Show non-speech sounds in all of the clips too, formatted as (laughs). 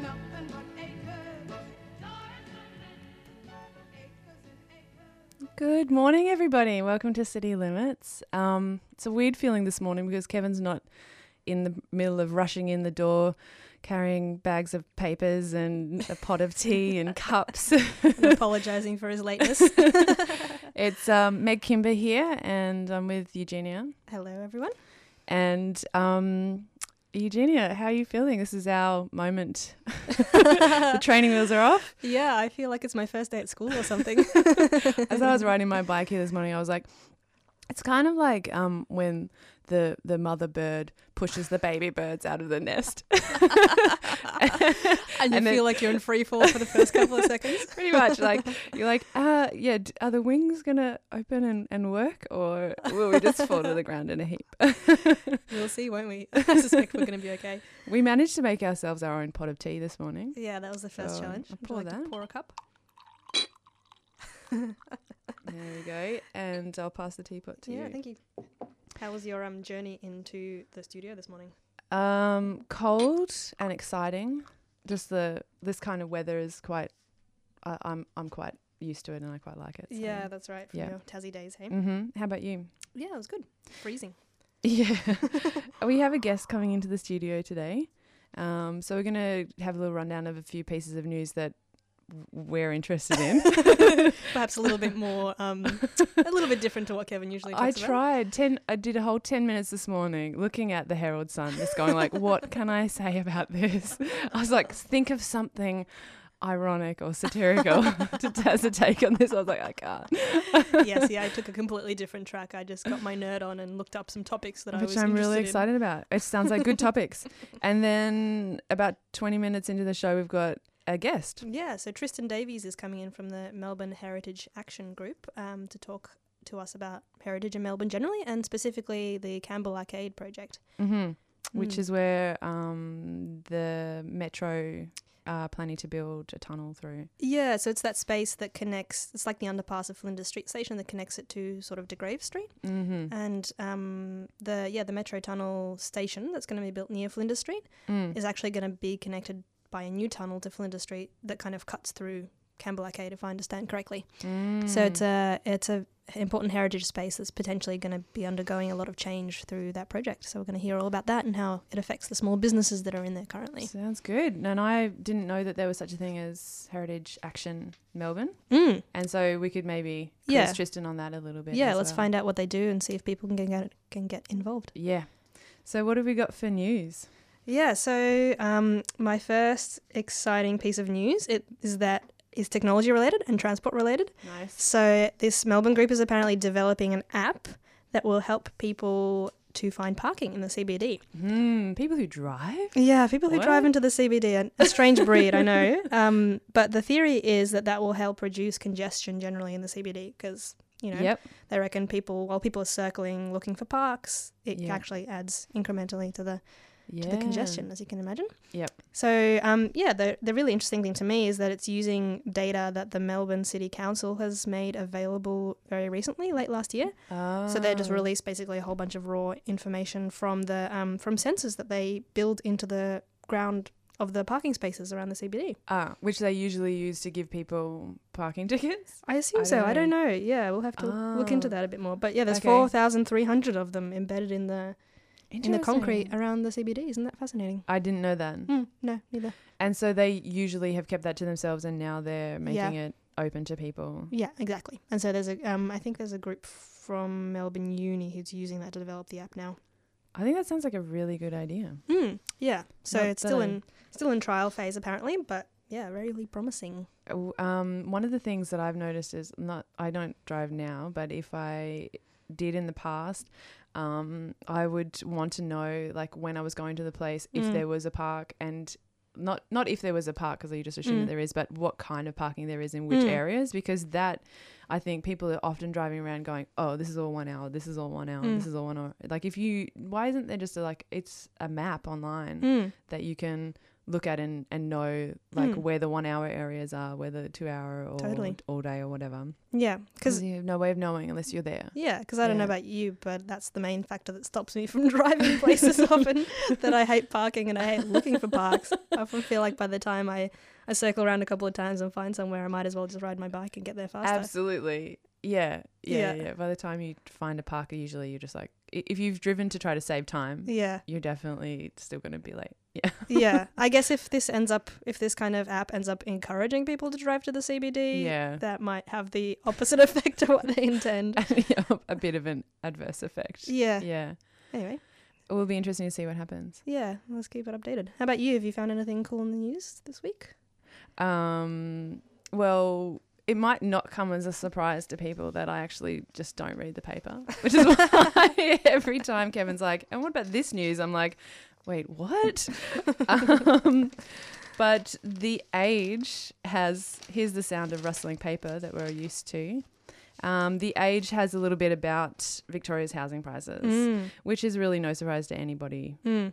Nothing but acres, acres and acres. Good morning, everybody. Welcome to City Limits. Um, it's a weird feeling this morning because Kevin's not in the middle of rushing in the door carrying bags of papers and a pot of tea and cups. apologizing for his lateness. (laughs) it's um, Meg Kimber here, and I'm with Eugenia. (laughs) Hello, everyone. And um, Eugenia, how are you feeling? This is our moment. (laughs) the training wheels are off. Yeah, I feel like it's my first day at school or (laughs) something. as I was riding my bike here this morning, I was like, it's kind of like um, when the the mother bird pushes the baby birds out of the nest. (laughs) (laughs) and you And then- feel like you're in free fall for the first couple (laughs) of seconds. (laughs) Pretty much, like you're like, uh, yeah, d- are the wings gonna open and, and work, or will we just fall to the ground in a heap? (laughs) We'll see, won't we? (laughs) I suspect we're going to be okay. we managed to make ourselves our own pot of tea this (laughs) morning. Yeah, that was the first So, challenge. Oh, I'll pour Would you like to that. Pour a cup. There you go, and I'll pass the teapot to yeah, you. thank you. How was your um journey into the studio this morning? Um, cold and exciting. Just the this kind of weather is quite. I, I'm I'm quite used to it, and I quite like it. so. yeah, that's right. From yeah. your Tassie days, hey? Mm-hmm. How about you? (laughs) Yeah, it was good. Freezing. Yeah. we have a guest coming into the studio today. Um, so we're going to have a little rundown of a few pieces of news that w- we're interested in. (laughs) Perhaps a little bit more, (laughs) um, a little bit different to what Kevin usually talks I about. tried 10 I did a whole 10 minutes this morning looking at the Herald Sun just going like what (laughs) can I say about this? I was like think of something ironic or (laughs) satirical (laughs) to, as a take on this. I was like I can't. yeah, see, I took (laughs) a completely different track. I just got my nerd on and looked up some topics that I was which I'm really interested in. excited about. It sounds like good topics. And then about 20 minutes into the show, we've got a guest. Yeah, so Tristan Davies is coming in from the Melbourne Heritage Action Group um, to talk to us about heritage in Melbourne generally and specifically the Campbell Arcade project. hmm Which Mm. is where um, the metro are planning to build a tunnel through. Yeah, so it's that space that connects, it's like the underpass of Flinders Street Station that connects it to sort of De Grave Street. Mm-hmm. And um, the, yeah, the Metro Tunnel station that's going to be built near Flinders Street Mm. is actually going to be connected by a new tunnel to Flinders Street that kind of cuts through Campbell Arcade, if I understand correctly. Mm. So it's a it's a important heritage space that's potentially going to be undergoing a lot of change through that project. So we're going to hear all about that and how it affects the small businesses that are in there currently. Sounds good. And I didn't know that there was such a thing as Heritage Action Melbourne. Mm. And so we could maybe quiz Yeah. Tristan on that a little bit. Yeah, as let's well. find out what they do and see if people can get can get involved. Yeah. So what have we got for news? Yeah. So um, my first exciting piece of news it is that is technology related and transport related. Nice. So this Melbourne group is apparently developing an app that will help people to find parking in the CBD. Mm, people who drive. Yeah, people who drive What? into the CBD are a strange breed, I (laughs) know. Um, but the theory is that that will help reduce congestion generally in the CBD because you know Yep. they reckon people while people are circling looking for parks, it Yeah. actually adds incrementally to the Yeah. to the congestion, as you can imagine. Yep. So um, yeah, the the really interesting thing to me is that it's using data that the Melbourne City Council has made available very recently, late last year. So they just Ah. release basically a whole bunch of raw information from the um, from sensors that they build into the ground of the parking spaces around the CBD. Ah, which they usually use to give people parking (laughs) tickets. I assume I so. don't I don't know. Yeah, we'll have to look Ah. into that a bit more. But yeah, there's Okay. four thousand three hundred of them embedded in the in the concrete Interesting. around the CBD. Isn't that fascinating? I didn't know that. Mm, no, neither. And so they usually have kept that to themselves, and now they're making it open to people. Yeah, exactly. And so there's a um, I think there's a group from Melbourne Uni who's using that to develop the app now. I think that sounds like a really good idea. Mm, yeah. So Hmm. Not it's that still I- in still in trial phase apparently, but yeah, really promising. Oh, Um, one of the things that I've noticed is not I don't drive now, but if I did in the past, um, I would want to know like when I was going to the place if Mm. there was a park and not not if there was a park because you just assume Mm. that there is, but what kind of parking there is in which Mm. areas because that I think people are often driving around going, oh, this is all one hour, this is all one hour, this Mm. is all one hour. Like if you, why isn't there just a, like it's a map online Mm. that you can look at and and know like Mm. where the one hour areas are, where the two hour or Totally. all day or whatever, Yeah, because you have no way of knowing unless you're there. yeah, because I don't know Yeah. about you, but that's the main factor that stops me from (laughs) driving (laughs) places often. That I hate parking and I hate looking for parks. I often feel like by the time I I circle around a couple of times and find somewhere, I might as well just ride my bike and get there faster. Absolutely. Yeah, yeah, Yeah. yeah. By the time you find a parker, usually you're just like, i- if you've driven to try to save time, Yeah. you're definitely still going to be late. (laughs) Yeah. yeah, I guess if this ends up, if this kind of app ends up encouraging people to drive to the CBD, Yeah. that might have the opposite (laughs) effect of what they intend. (laughs) yeah. A bit of an adverse effect. Yeah. Yeah. Anyway, It will be interesting to see what happens. yeah, let's keep it updated. How about you? Have you found anything cool in the news this week? Um, well, it might not come as a surprise to people that I actually just don't read the paper, (laughs) which is why (laughs) every time Kevin's like, and what about this news? I'm like, wait, (laughs) what? um, but The Age has, here's the sound of rustling paper that we're used to. Um, the Age has a little bit about Victoria's housing prices, which is really no surprise to anybody, Mm.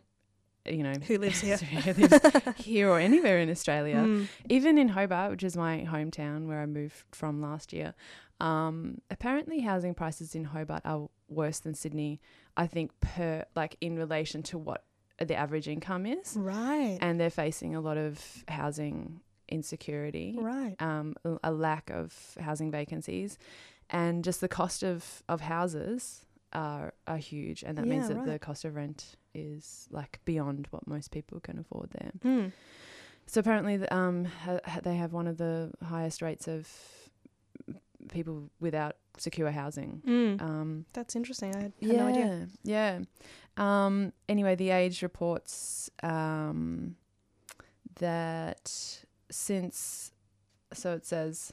you know, (laughs) Who lives here? who lives here or anywhere in Australia Mm. even in Hobart, which is my hometown where I moved from last year, um, apparently housing prices in Hobart are worse than Sydney. I think per like in relation to what the average income is, Right. and they're facing a lot of housing insecurity, right. um, a- a lack of housing vacancies, and just the cost of of houses are are huge, and that means Yeah, that the right. cost of rent is like beyond what most people can afford there. Mm. So apparently, th- um, ha- ha- they have one of the highest rates of people without secure housing. Mm. Um, That's interesting. I had yeah, no (laughs) idea. (laughs) yeah. Um, anyway, the Age reports um, that since, so it says,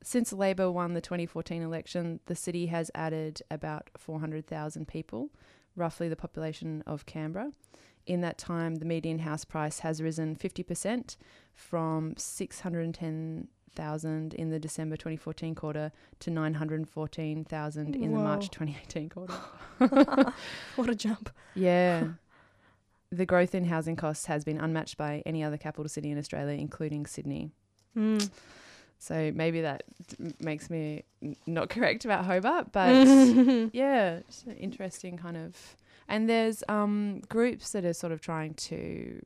since Labor won the 2014 election, the city has added about 400,000 people, roughly the population of Canberra. In that time, the median house price has risen 50% from 610,000 in the December 2014 quarter to 914,000 in the Whoa. March 2018 quarter. what a jump. (laughs) Yeah. the growth in housing costs has been unmatched by any other capital city in Australia, including Sydney. Mm. So maybe that d- makes me n- not (laughs) correct about Hobart, but (laughs) Mm. yeah, it's an interesting kind of. And there's um, groups that are sort of trying to,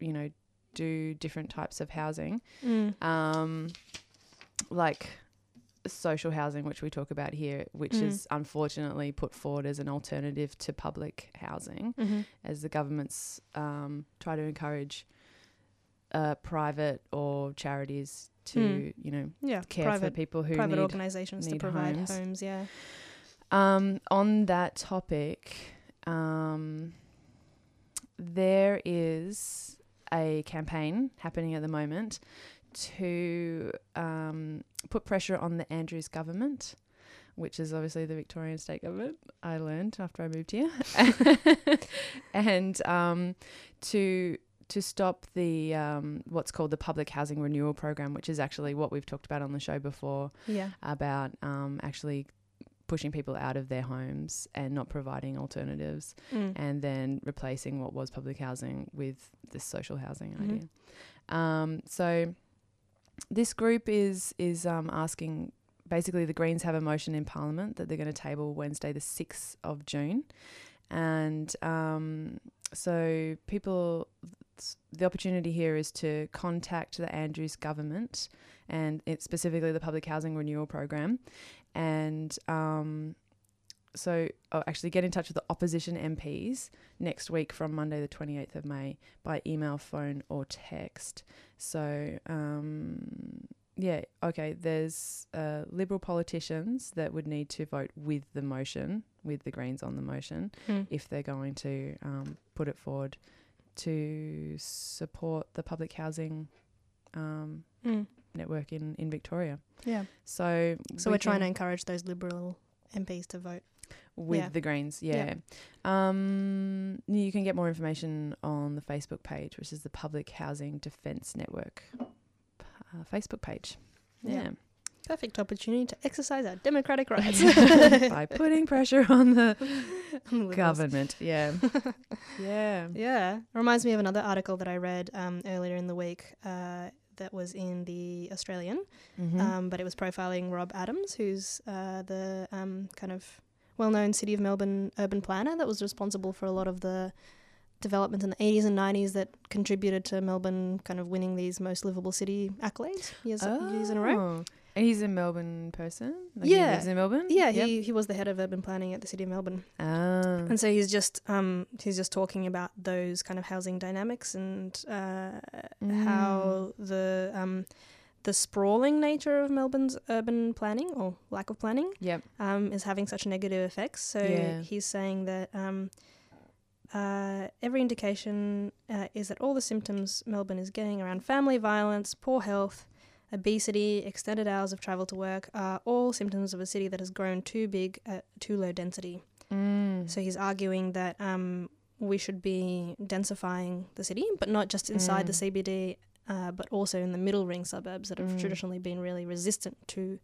you know, do different types of housing, Mm. um, like social housing, which we talk about here, which Mm. is unfortunately put forward as an alternative to public housing Mhm. as the governments um, try to encourage uh, private or charities to, Mm. you know, Yeah. care for private people who private need. organisations to need provide homes. homes. Yeah. Um, on that topic, um, there is a campaign happening at the moment to um, put pressure on the Andrews government. Which is obviously the Victorian state government. I learned after I moved here, (laughs) and um, to to stop the um, what's called the public housing renewal program, which is actually what we've talked about on the show before, Yeah. about um, actually pushing people out of their homes and not providing alternatives Mm. and then replacing what was public housing with this social housing Mhm. idea. Um, so this group is is um, asking basically the Greens have a motion in Parliament that they're going to table Wednesday the sixth of June, and um, so people. The opportunity here is to contact the Andrews government and it's specifically the public housing renewal program. And um, so, oh, actually, get in touch with the opposition MPs next week from Monday, the 28th of May, by email, phone, or text. So, um, yeah, okay, there's uh, Liberal politicians that would need to vote with the motion, with the Greens on the motion, Mm. if they're going to um, put it forward to support the public housing um, Mm. network in, in Victoria. Yeah. So, So we are trying to can- encourage those liberal MPs to vote with Yeah. the greens. Yeah. Yeah. Um, you can get more information on the Facebook page, which is the Public Housing Defence Network uh, Facebook page. Yeah. Yeah. Perfect opportunity to exercise our (laughs) democratic rights. (laughs) By putting pressure on (laughs) the Liberals. government. (laughs) Yeah. yeah. Yeah. Reminds me of another article that I read um, earlier in the week uh, that was in The Australian, Mhm. um, but it was profiling Rob Adams, who's uh, the um, kind of well known City of Melbourne urban planner that was responsible for a lot of the developments in the 80s and 90s that contributed to Melbourne kind of winning these most livable city accolades years, years in a row. Oh. And he's a Melbourne person? Like He Yeah. lives in Melbourne? Yeah, Yep. he, he was the head of urban planning at the City of Melbourne. Ah. And so he's just um, he's just talking about those kind of housing dynamics and uh, how the um, the sprawling nature of Melbourne's urban planning or lack of planning Yep. um, is having such negative effects. So Yeah. he's saying that um, uh, every indication uh, is that all the symptoms Melbourne is getting around family violence, poor health, obesity, extended hours of travel to work are all symptoms of a city that has grown too big at too low density. Mm. So he's arguing that um, we should be densifying the city, but not just inside the CBD, uh, but also in the middle ring suburbs that have Mm. traditionally been really resistant to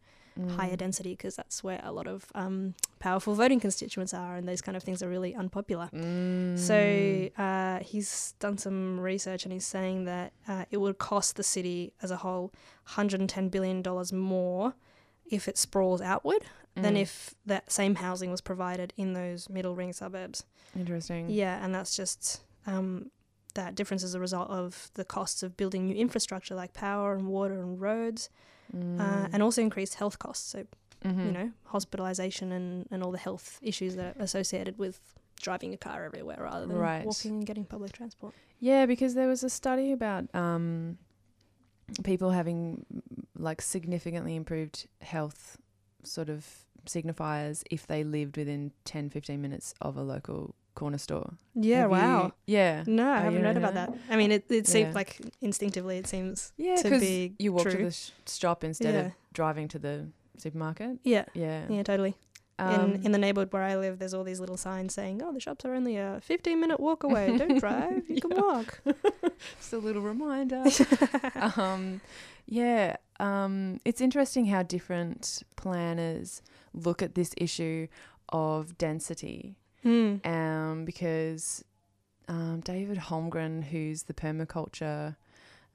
higher Mm. density because that's where a lot of um, powerful voting constituents are, and those kind of things are really unpopular. Mm. So uh, he's done some research and he's saying that uh, it would cost the city as a whole $110 billion more if it sprawls outward than Mm. if that same housing was provided in those middle ring suburbs. Mm. Interesting. Yeah, and that's just um, that difference is a result of the costs of building new infrastructure like power and water and roads, Mm. uh, and also increased health costs. So Mhm. you know, hospitalization and, and all the health issues that are associated with driving a car everywhere rather than Right. walking and getting public transport. Yeah, because there was a study about um, people having like significantly improved health sort of signifiers if they lived within 10, 15 minutes of a local corner store. Yeah, Have you- yeah. No, Oh, I you haven't read don't about know? that. I mean, it, it seems Yeah. like instinctively it seems Yeah, to because be you walk to true. the sh- shop instead Yeah. of driving to the supermarket. yeah. Yeah. Yeah, totally. Um, in in the neighborhood where I live, there's all these little signs saying, "Oh, the shops are only a 15 minute walk away. Don't drive. (laughs) You can Yeah. walk." (laughs) just a little reminder. um, yeah, um, it's interesting how different planners look at this issue of density Mm. um, because um, David Holmgren, who's the permaculture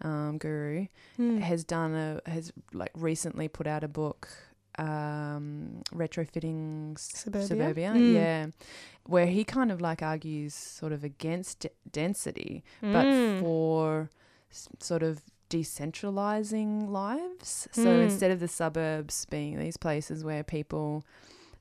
um, guru, Mm. has done a has like recently put out a book um retrofitting s- Suburbia? suburbia Mm. yeah where he kind of like argues sort of against d- density but Mm. for s- sort of decentralizing lives so Mm. instead of the suburbs being these places where people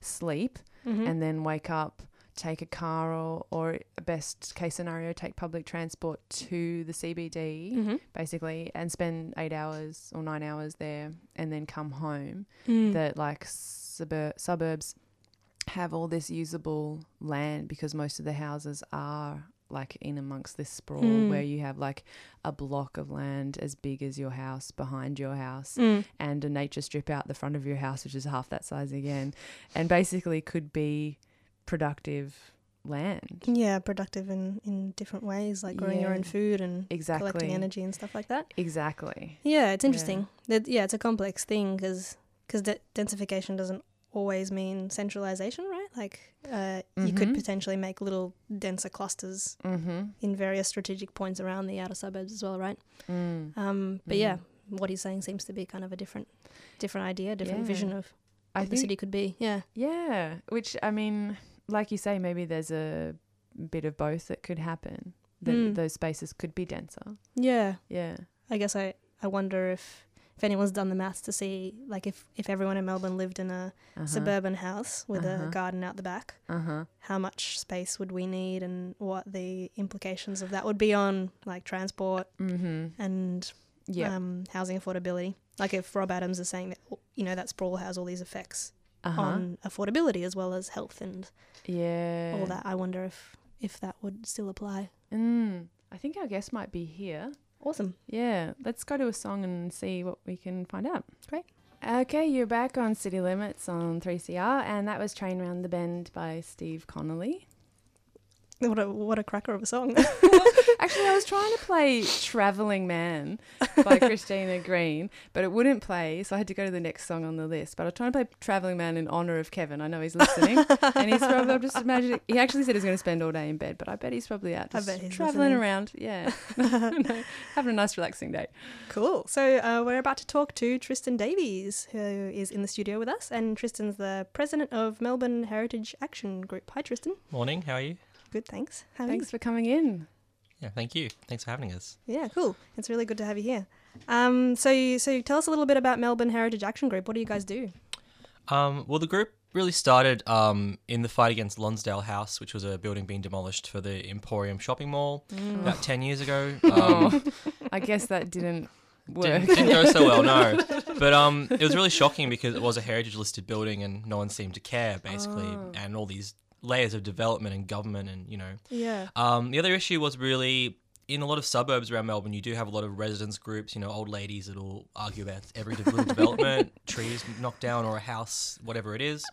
sleep Mhm. and then wake up take a car or, or best case scenario take public transport to the cbd Mhm. basically and spend eight hours or nine hours there and then come home Mm. that like suburb suburbs have all this usable land because most of the houses are like in amongst this sprawl Mm. where you have like a block of land as big as your house behind your house Mm. and a nature strip out the front of your house which is half that size again and basically could be productive land Yeah, productive in, in different ways, like growing your Yeah. own food and Exactly. collecting energy and stuff like that. exactly Yeah, it's interesting. That yeah, it's a complex thing because de- densification doesn't always mean centralization, right? Like uh, you could Mhm. potentially make little denser clusters mm-hmm in various strategic points around the outer suburbs as well, right? mm. Um, but Mm. yeah, what he's saying seems to be kind of a different, different idea, different Yeah. vision of i what the city could be. Yeah, Yeah, which I mean, like you say, maybe there's a bit of both that could happen. That Mm. those spaces could be denser. yeah. Yeah. I guess I, I wonder if if anyone's done the maths to see like if if everyone in Melbourne lived in a Uh-huh. suburban house with Uh-huh. a garden out the back. Uh huh. how much space would we need and what the implications of that would be on like transport Mm-hmm. and Yeah. um, housing affordability. Like if Rob Adams is saying that you know that sprawl has all these effects uh-huh. on affordability as well as health and yeah. all that, I wonder if if that would still apply. Mm. I think our guest might be here. Awesome. Yeah. Let's go to a song and see what we can find out. Great. Okay, you're back on City Limits on 3CR, and that was Train Round the Bend by Steve Connolly. What a what a cracker of a song. (laughs) Actually, I was trying to (laughs) play Traveling Man (laughs) by Christina Green, but it wouldn't play, so I had to go to the next song on the list. But I was trying to play Traveling Man in honor of Kevin. I know he's listening, and he's probably, (laughs) I'm just imagining, he actually said he's going to spend all day in bed, but I bet he's probably out I just bet he's traveling listening. around. (laughs) Yeah, (laughs) No, having a nice, relaxing day. Cool. So uh, we're about to talk to Tristan Davies, who is in the studio with us, and Tristan's the president of Melbourne Heritage Action Group. Hi, Tristan. Morning, how are you? Good. Thanks. How are you? Thanks for coming in. Yeah, thank you. Thanks for having us. Yeah. Cool. It's really good to have you here. Um, so, you, so tell us a little bit about Melbourne Heritage Action Group. What do you guys do? Um, well, the group really started um, in the fight against Lonsdale House, which was a building being demolished for the Emporium Shopping Mall (laughs) about 10 (laughs) years ago. Um, Oh, I guess that didn't Oh, work. didn't, (laughs) didn't go so (laughs) well, no. But um, it was really shocking because it was a heritage listed building and no one seemed to care, basically. Oh. And all these layers of development and government and, you know, Yeah. Um, the other issue was really in a lot of suburbs around Melbourne, you do have a lot of residence groups, you know, old ladies that'll argue about every (laughs) de- little development, trees knocked down, or a house, whatever it is.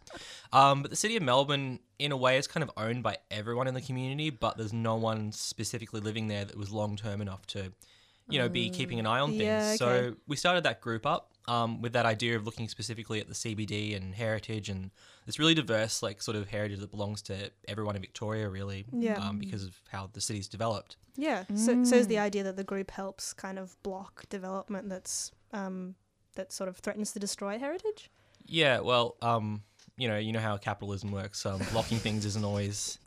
Um, but the city of Melbourne, in a way, is kind of owned by everyone in the community, but there's no one specifically living there that was long term enough to, you know, be keeping an eye on things. Mm, Yeah, So okay. we started that group up um, with that idea of looking specifically at the CBD and heritage and this really diverse, like, sort of heritage that belongs to everyone in Victoria, really, Yeah. um, because of how the city's developed. Yeah. So, so is the idea that the group helps kind of block development that's um, that sort of threatens to destroy heritage. Yeah, well, um, you know, you know how capitalism works. Um, blocking things isn't always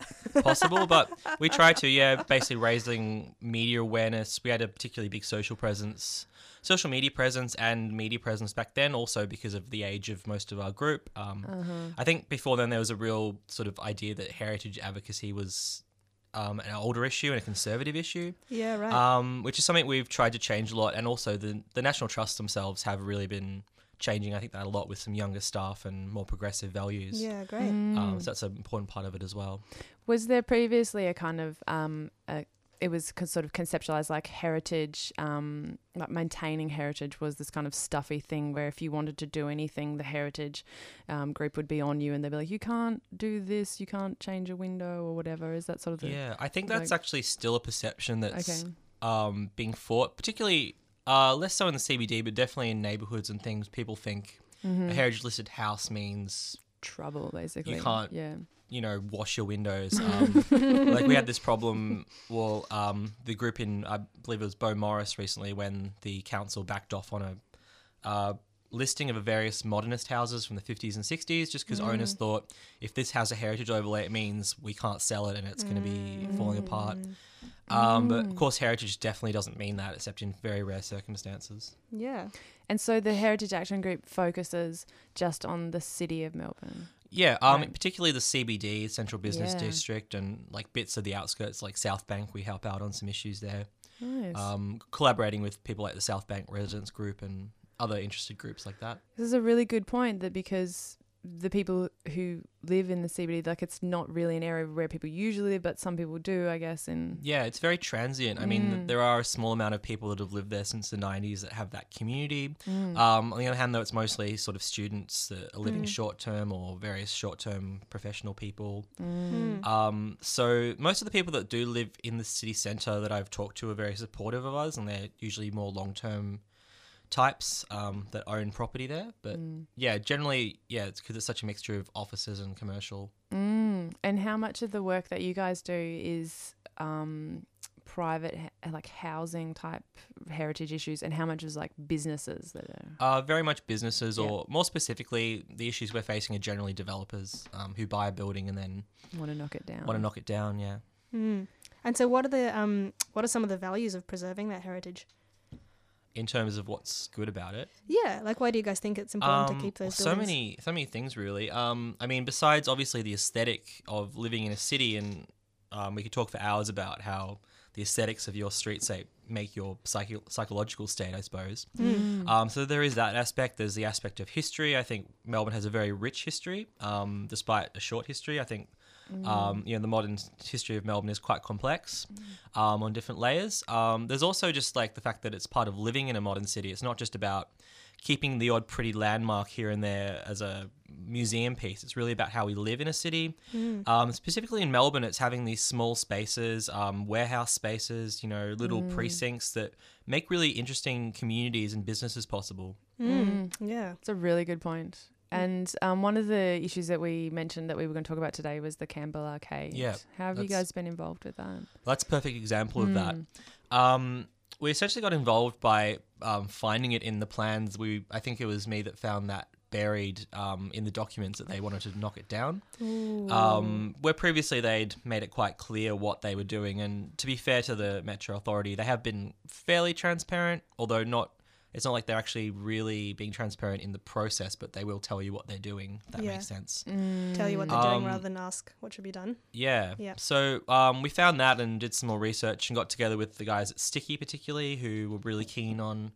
possible, but we try (laughs) to. Yeah, basically raising media awareness. We had a particularly big social presence, social media presence, and media presence back then. Also because of the age of most of our group. Um, Oh. Uh-huh. I think before then there was a real sort of idea that heritage advocacy was. Um, an older issue and a conservative issue, Yeah. Right. um, which is something we've tried to change a lot. And also, the, the National Trust themselves have really been changing, I think, that a lot with some younger staff and more progressive values. yeah. Great. Mm. Um, so that's an important part of it as well. Was there previously a kind of um, a, it was con- sort of conceptualized like heritage, um, like maintaining heritage was this kind of stuffy thing where if you wanted to do anything, the heritage um, group would be on you and they'd be like, you can't do this, you can't change a window or whatever. Is that sort of the Yeah, I think like- that's actually still a perception that's Okay. um, being fought, particularly uh, less so in the CBD, but definitely in neighborhoods and things. People think Mm. a heritage listed house means Mm-hmm. trouble basically? can't- Yeah. you know, wash your (laughs) windows. Um, like we had this problem. Well, um, the group in I believe it was Bo Morris recently when the council backed off on a uh, listing of various modernist houses from the 50s and 60s, just because owners Mm. thought if this has a heritage overlay, it means we can't sell it and it's going to be Mm. falling apart. Mm. Um, But of course, heritage definitely doesn't mean that, except in very rare circumstances. Yeah. And so the Heritage Action Group focuses just on the city of Melbourne. Yeah, um, Right. particularly the CBD, Central Business Yeah. District, and like bits of the outskirts, like South Bank, we help out on some issues there. Nice. um, collaborating with people like the South Bank Residents Group and other interested groups like that. This is a really good point that because the people who live in the CBD, like it's not really an area where people usually live, but some people do, I guess. And Yeah, it's very transient. I mean, th- there are a small amount of people that have lived there since the 90s that have that community. Mm. Um, on the other hand, though, it's mostly sort of students that are living short term or various short term professional people. Mm. Um, so, most of the people that do live in the city centre that I've talked to are very supportive of us and they're usually more long term types um, that own property there. Mm. But yeah, generally, yeah, it's because it's such a mixture of offices and commercial. mm, and how much of the work that you guys do is um, private, h- like housing type heritage issues, and how much is like businesses that are. Uh, very much businesses, Yeah. or more specifically, the issues we're facing are generally developers um, who buy a building and then Want to knock it down. want to knock it down. Yeah. Mm. And so, what are the um, what are some of the values of preserving that heritage? In terms of what's good about it, Yeah, like why do you guys think it's important Um, to keep those? so buildings? many, so many things really. Um, I mean, besides obviously the aesthetic of living in a city, and um, we could talk for hours about how the aesthetics of your street state make your psycho- psychological state, I suppose. Mm. Mm. Um, so there is that aspect. There's the aspect of history. I think Melbourne has a very rich history, um, despite a short history. I think Um, you know, the modern s- history of Melbourne is quite complex um, on different layers. Um, there's also just like the fact that it's part of living in a modern city. It's not just about keeping the odd pretty landmark here and there as a museum piece. It's really about how we live in a city. Mm. Um, specifically in Melbourne, it's having these small spaces, um, warehouse spaces, you know, little precincts that make really interesting communities and businesses possible. Mm. Yeah. It's a really good point. And um, one of the issues that we mentioned that we were going to talk about today was the Campbell Arcade. Yeah, How have you that's- guys been involved with that? Well, that's a perfect example of that. Um, we essentially got involved by um, finding it in the plans. We, I think it was me that found that buried um, in the documents that they wanted to knock it down. Um, where previously they'd made it quite clear what they were doing, and to be fair to the Metro Authority, they have been fairly transparent, although not. It's not like they're actually really being transparent in the process, but they will tell you what they're doing. If that Yeah. makes sense. Mm. Tell you what they're Um, doing rather than ask what should be done. Yeah. Yeah. So um, we found that and did some more research and got together with the guys at Sticky, particularly, who were really keen on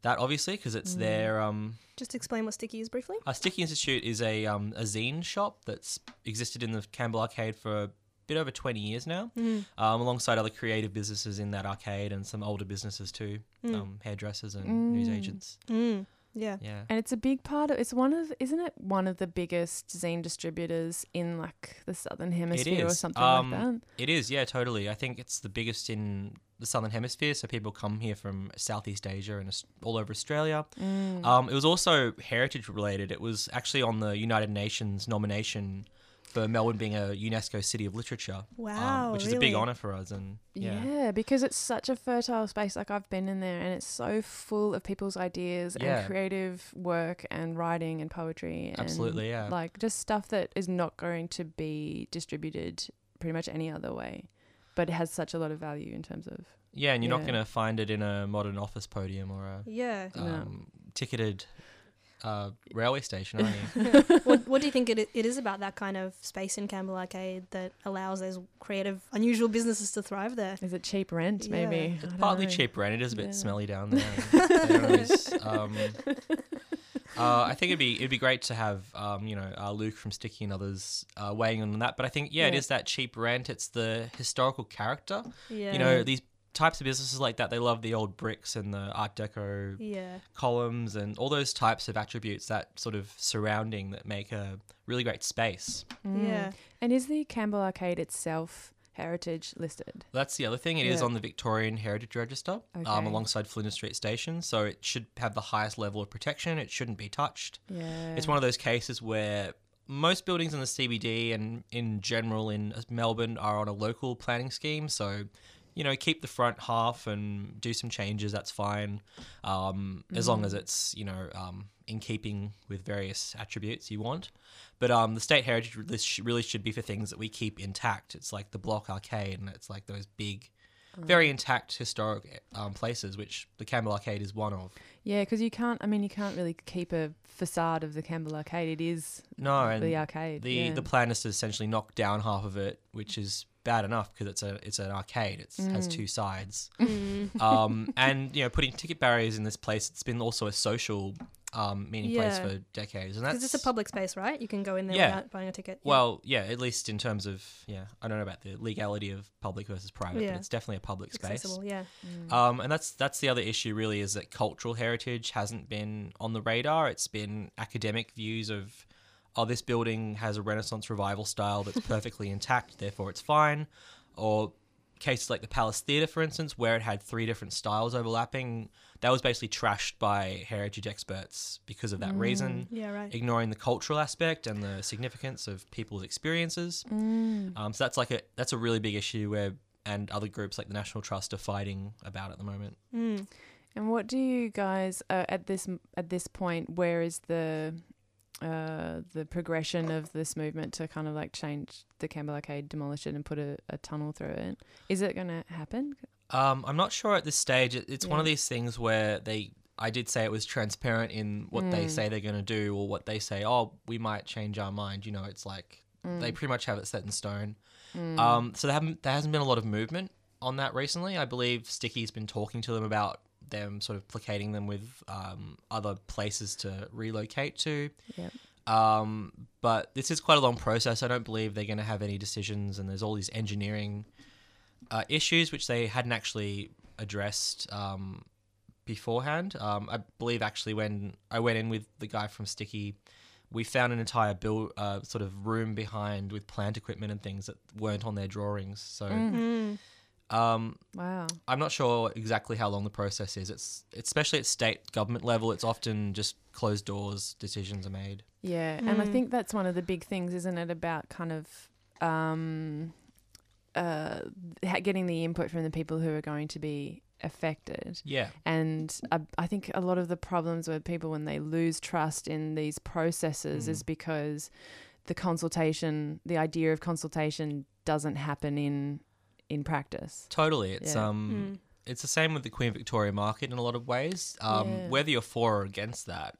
that, obviously, because it's their. Um, Just explain what sticky is briefly. our Sticky Institute is a, um, a zine shop that's existed in the Campbell Arcade for a bit over 20 years now, Mm. um, alongside other creative businesses in that arcade and some older businesses too, um, hairdressers and newsagents. Mm. Yeah. Yeah. And it's a big part of it's one of isn't it one of the biggest zine distributors in like the southern hemisphere or something Um, like that? It is, yeah, totally. I think it's the biggest in the southern hemisphere, so people come here from Southeast Asia and Aus- all over Australia. Mm. Um, it was also heritage related. It was actually on the United Nations nomination for Melbourne being a UNESCO City of Literature. um, Wow, which is a big really? honour for us, and yeah. Yeah. because it's such a fertile space. Like I've been in there, and it's so full of people's ideas Yeah. and creative work and writing and poetry. And Absolutely, yeah. Like just stuff that is not going to be distributed pretty much any other way, but it has such a lot of value in terms of Yeah, and you're not Yeah. going to find it in a modern office podium or a Yeah. No. um, ticketed uh, railway station, are (laughs) you? (laughs) what, what do you think it, it is about that kind of space in Campbell Arcade that allows those creative, unusual businesses to thrive there? Is it cheap rent? Yeah. Maybe I It's don't partly know. cheap rent. It is a bit Yeah. smelly down (laughs) there. They don't always, um, uh, I think it'd be it'd be great to have um, you know uh, Luke from Sticky and others uh, weighing in on that. But I think yeah, it Yeah. is that cheap rent. It's the historical character. Yeah. You know these types of businesses like that. They love the old bricks and the Art Deco Yeah. columns and all those types of attributes. That sort of surrounding that make a really great space. Yeah. And is the Campbell Arcade itself heritage listed? That's the other thing. It is Yeah. on the Victorian Heritage Register, um, Okay. alongside Flinders Street Station, so it should have the highest level of protection. It shouldn't be touched. Yeah. It's one of those cases where most buildings in the CBD and in general in Melbourne are on a local planning scheme, so you know keep the front half and do some changes. That's fine, um, as long as it's you know um, in keeping with various attributes you want. But um, the state heritage list sh- really should be for things that we keep intact. It's like the block arcade, and it's like those big. Very Mm. intact historic um, places, which the Campbell Arcade is one of. Yeah, because you can't. I mean, you can't really keep a facade of the Campbell Arcade. It is No, and the arcade. the yeah. the plan is to essentially knock down half of it, which is bad enough because it's a it's an arcade. It has Mm. two sides, (laughs) um, and you know putting ticket barriers in this place. It's been also a social um, meeting place Yeah. for decades, and that's Because it's a public space, right? You can go in there Yeah. without buying a ticket. Yeah. Well, yeah, at least in terms of yeah, I don't know about the legality of public versus private, Yeah. but it's definitely a public space. accessible. Yeah. Um, and that's that's the other issue really is that cultural heritage hasn't been on the radar. It's been academic views of oh this building has a Renaissance revival style that's perfectly intact, therefore it's fine. Or cases like the Palace Theatre, for instance, where it had three different styles overlapping, that was basically trashed by heritage experts because of that reason Yeah. Right. ignoring the cultural aspect and the significance of people's experiences. Mm. Um, so that's like a that's a really big issue where and other groups like the National Trust are fighting about at the moment. Mm. And what do you guys uh, at this m- at this point? Where is the uh, the progression of this movement to kind of like change the Campbell Arcade, demolish it, and put a, a tunnel through it? Is it going to happen? Um, I'm not sure at this stage. It, it's one of Yeah. these things where they I did say it was transparent in what they say they're going to do or what they say. Oh, we might change our mind. You know, it's like Mm. they pretty much have it set in stone. Um, so there haven't there hasn't been a lot of movement on that recently. I believe Sticky's been talking to them about them sort of placating them with um, other places to relocate to. Yep. Um, but this is quite a long process. I don't believe they're going to have any decisions, and there's all these engineering uh, issues which they hadn't actually addressed um, beforehand. Um, I believe actually when I went in with the guy from Sticky, we found an entire build uh, sort of room behind with plant equipment and things that weren't on their drawings. So Mm. um, Wow. I'm not sure exactly how long the process is. It's especially at state government level, it's often just closed doors decisions are made. Yeah, and I think that's one of the big things, isn't it, about kind of um, uh, ha- getting the input from the people who are going to be affected. Yeah. And I, I think a lot of the problems with people when they lose trust in these processes is because the consultation, the idea of consultation, doesn't happen in in practice. Totally. It's Yeah. Hmm. Mm. um it's the same with the Queen Victoria market in a lot of ways. Um Yeah. whether you're for or against that,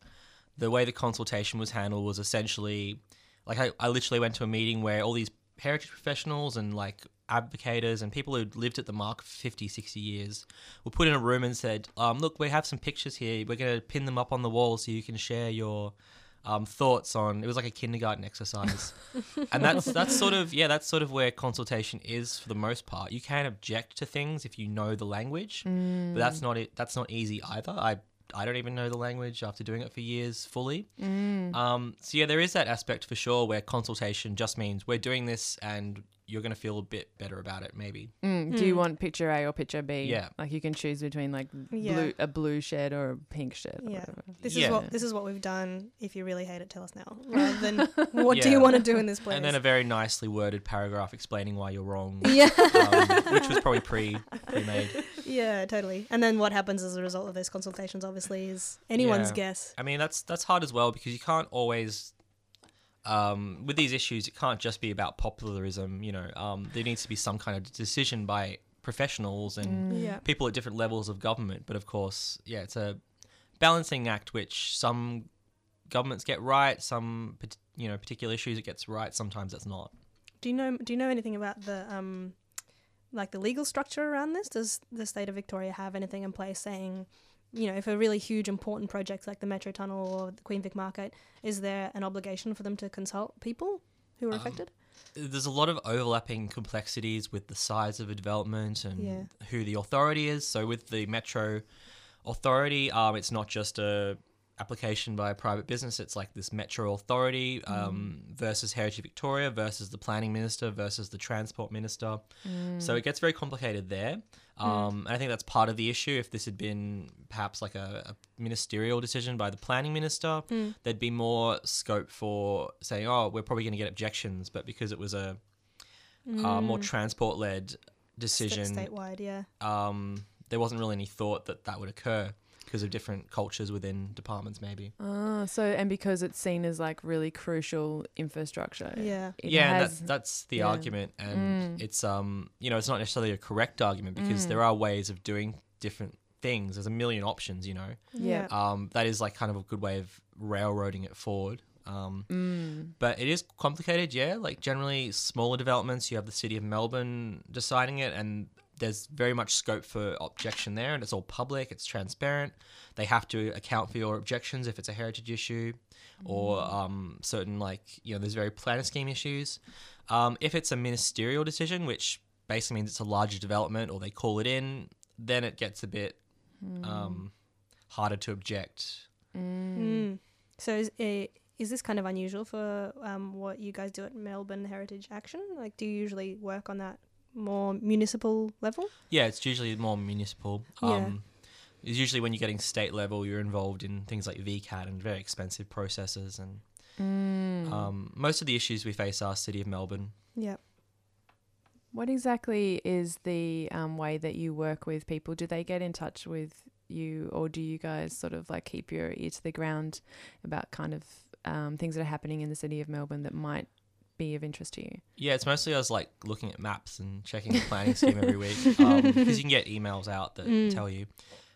the way the consultation was handled was essentially like I, I literally went to a meeting where all these heritage professionals and like advocators and people who lived at the mark for 50 60 years were put in a room and said um, look we have some pictures here we're going to pin them up on the wall so you can share your um, thoughts on it was like a (laughs) kindergarten exercise and that's that's sort of yeah that's sort of where consultation is for the most part you can object to things if you know the language but Mm. that's not it that's not easy either i i don't even know the language after doing it for years fully Mm. um, so yeah there is that aspect for sure where consultation just means we're doing this and you're going to feel a bit better about it maybe Mm, Do you want picture A or picture B? Yeah. Like you can choose between like Yeah. blue, a blue shed or a pink shed. Or Yeah. whatever. This Yeah. is what this is what we've done. If you really hate it, tell us now. Rather (laughs) than (laughs) what do Yeah. you want to do in this place? and then a very nicely worded paragraph explaining why you're (laughs) wrong yeah, (laughs) um, which was probably pre pre-made (laughs) yeah, totally. And then what happens as a result of those consultations, obviously, is anyone's Yeah. guess. I mean, that's that's hard as well because you can't always. Um, with these issues, it can't just be about popularism. You know, um, there needs to be some kind of decision by professionals and Mm. Yeah. people at different levels of government. But of course, yeah, it's a balancing act which some governments get right, some pat- you know particular issues it gets right. Sometimes that's not. Do you know Do you know anything about the um, like the legal structure around this? Does the state of Victoria have anything in place saying, you know, for really huge important projects like the Metro Tunnel or the Queen Vic Market, is there an obligation for them to consult people who Um, are affected? there's a lot of overlapping complexities with the size of a development and Yeah. who the authority is. So with the metro authority, um, it's not just a application by a private business. It's like this metro authority um, versus Heritage Victoria versus the planning minister versus the transport minister. Mm. So it gets very complicated there. Hmm. Um, and I think that's part of the issue. If this had been perhaps like a, a ministerial decision by the planning minister, there'd be more scope for saying, oh, we're probably going to get objections. But because it was a uh, Hmm. more transport led Hmm. Sta- decision, statewide, yeah. um, there wasn't really any thought that that would occur because of different cultures within departments, maybe. Oh, so and because it's seen as like really crucial infrastructure. Yeah. it yeah, and has- that's, that's the yeah. Hmm. argument, and it's um, you know, it's not necessarily a correct argument because there are ways of doing different things. There's a million options, you know. Yeah. Um, that is like kind of a good way of railroading it forward. Um, Mm. But it is complicated, yeah. Like generally, smaller developments, you have the city of Melbourne deciding it, and there's very much scope for objection there, and it's all public, it's transparent. They have to account for your objections if it's a heritage issue, or um, certain like you know, there's very planner scheme issues. Um, if it's a ministerial decision, which basically means it's a larger development, or they call it in, then it gets a bit Mm. um, harder to object. Hmm. Mm. So is it, is this kind of unusual for um, what you guys do at Melbourne Heritage Action? Like, do you usually work on that more municipal level? Yeah, it's usually more municipal. Yeah. Um, it's usually when you're getting state level, you're involved in things like VCAT and very expensive processes. And Mm. um, most of the issues we face are City of Melbourne. Yeah. What exactly is the um, way that you work with people? Do they get in touch with you, or do you guys sort of like keep your ear to the ground about kind of um, things that are happening in the city of Melbourne that might be of interest to you? Yeah, it's mostly I was like looking at maps and checking the planning scheme every week because you can get emails out that tell you.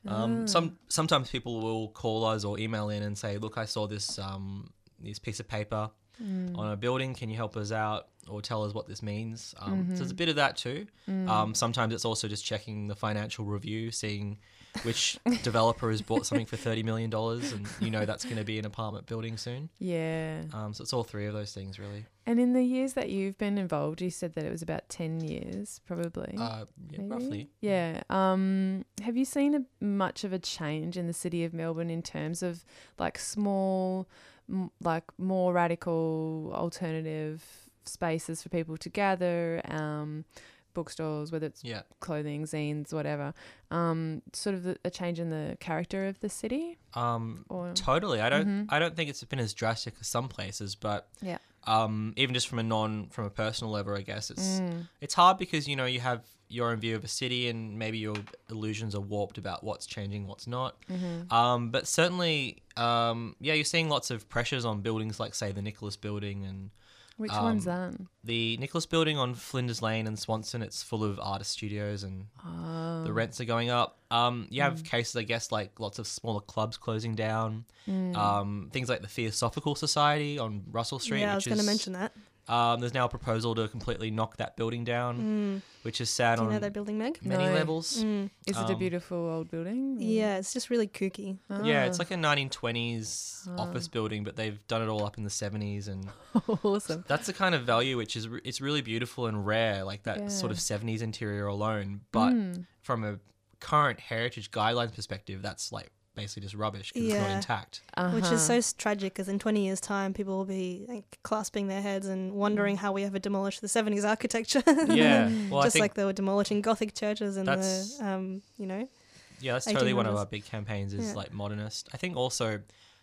Ah. Um, Some sometimes people will call us or email in and say, "Look, I saw this um, this piece of Ah, paper hmm. Mm. on a building. Can you help us out or tell us what this means?" Mm. Hmm. Um, So there's a bit of that too. Um, sometimes it's also just checking the financial review, seeing (laughs) which developer has bought something for thirty million dollars, and you know that's going to be an apartment building soon. Yeah. Um, so it's all three of those things really. And in the years that you've been involved, you said that it was about 10 years, probably. Uh, yeah, Eh, maybe? roughly. Yeah. Um, have you seen a, much of a change in the city of Melbourne in terms of like small, m- like more radical alternative spaces for people to gather, um, bookstores, whether it's Yeah. clothing, zines, whatever, um, sort of the, a change in the character of the city? Um, Or Totally. I don't. I don't think it's been as drastic as some places, but Mm-hmm. Yeah. Um, even just from a non, from a personal level, I guess it's Mm. it's hard because you know you have your own view of a city, and maybe your illusions are warped about what's changing, what's not. mm-hmm. Um, but certainly, um, yeah, you're seeing lots of pressures on buildings like, say, the Nicholas Building and Which Um, one's that? the Nicholas Building on Flinders Lane in Swanson. It's full of artist studios and Oh. the Mm. rents are going up. Um, you have cases, I guess, like lots of smaller clubs closing down. Hmm. Mm. Um, things like the Theosophical Society on Russell Street. yeah, I was which going to is- mention that. Mm. Um, there's now a proposal to completely knock that building down, which is sad Do you Mm. on know that building, Meg? Mm. many No. levels. Is it a um, beautiful old building? Oh. Yeah, it's just really kooky. Yeah, Ah. it's like a 1920s office building, but they've done it all up in the 70s, and (laughs) awesome. that's the kind of value which is re- it's really beautiful and rare, like that sort of 70s interior alone. But Hmm. Hmm. from a current heritage guidelines perspective, that's like basically just rubbish because it's not Yeah. (laughs) intact. Which is Uh-huh. so s- tragic because in 20 years' time, people will be like clasping their heads and wondering how we ever demolished the 70s architecture. (laughs) Mm. Yeah, well, I Just think like they were demolishing Gothic churches and the, That's- um, you know, yeah, that's totally one of 1800s. our big campaigns is Yeah. like modernist. I think also,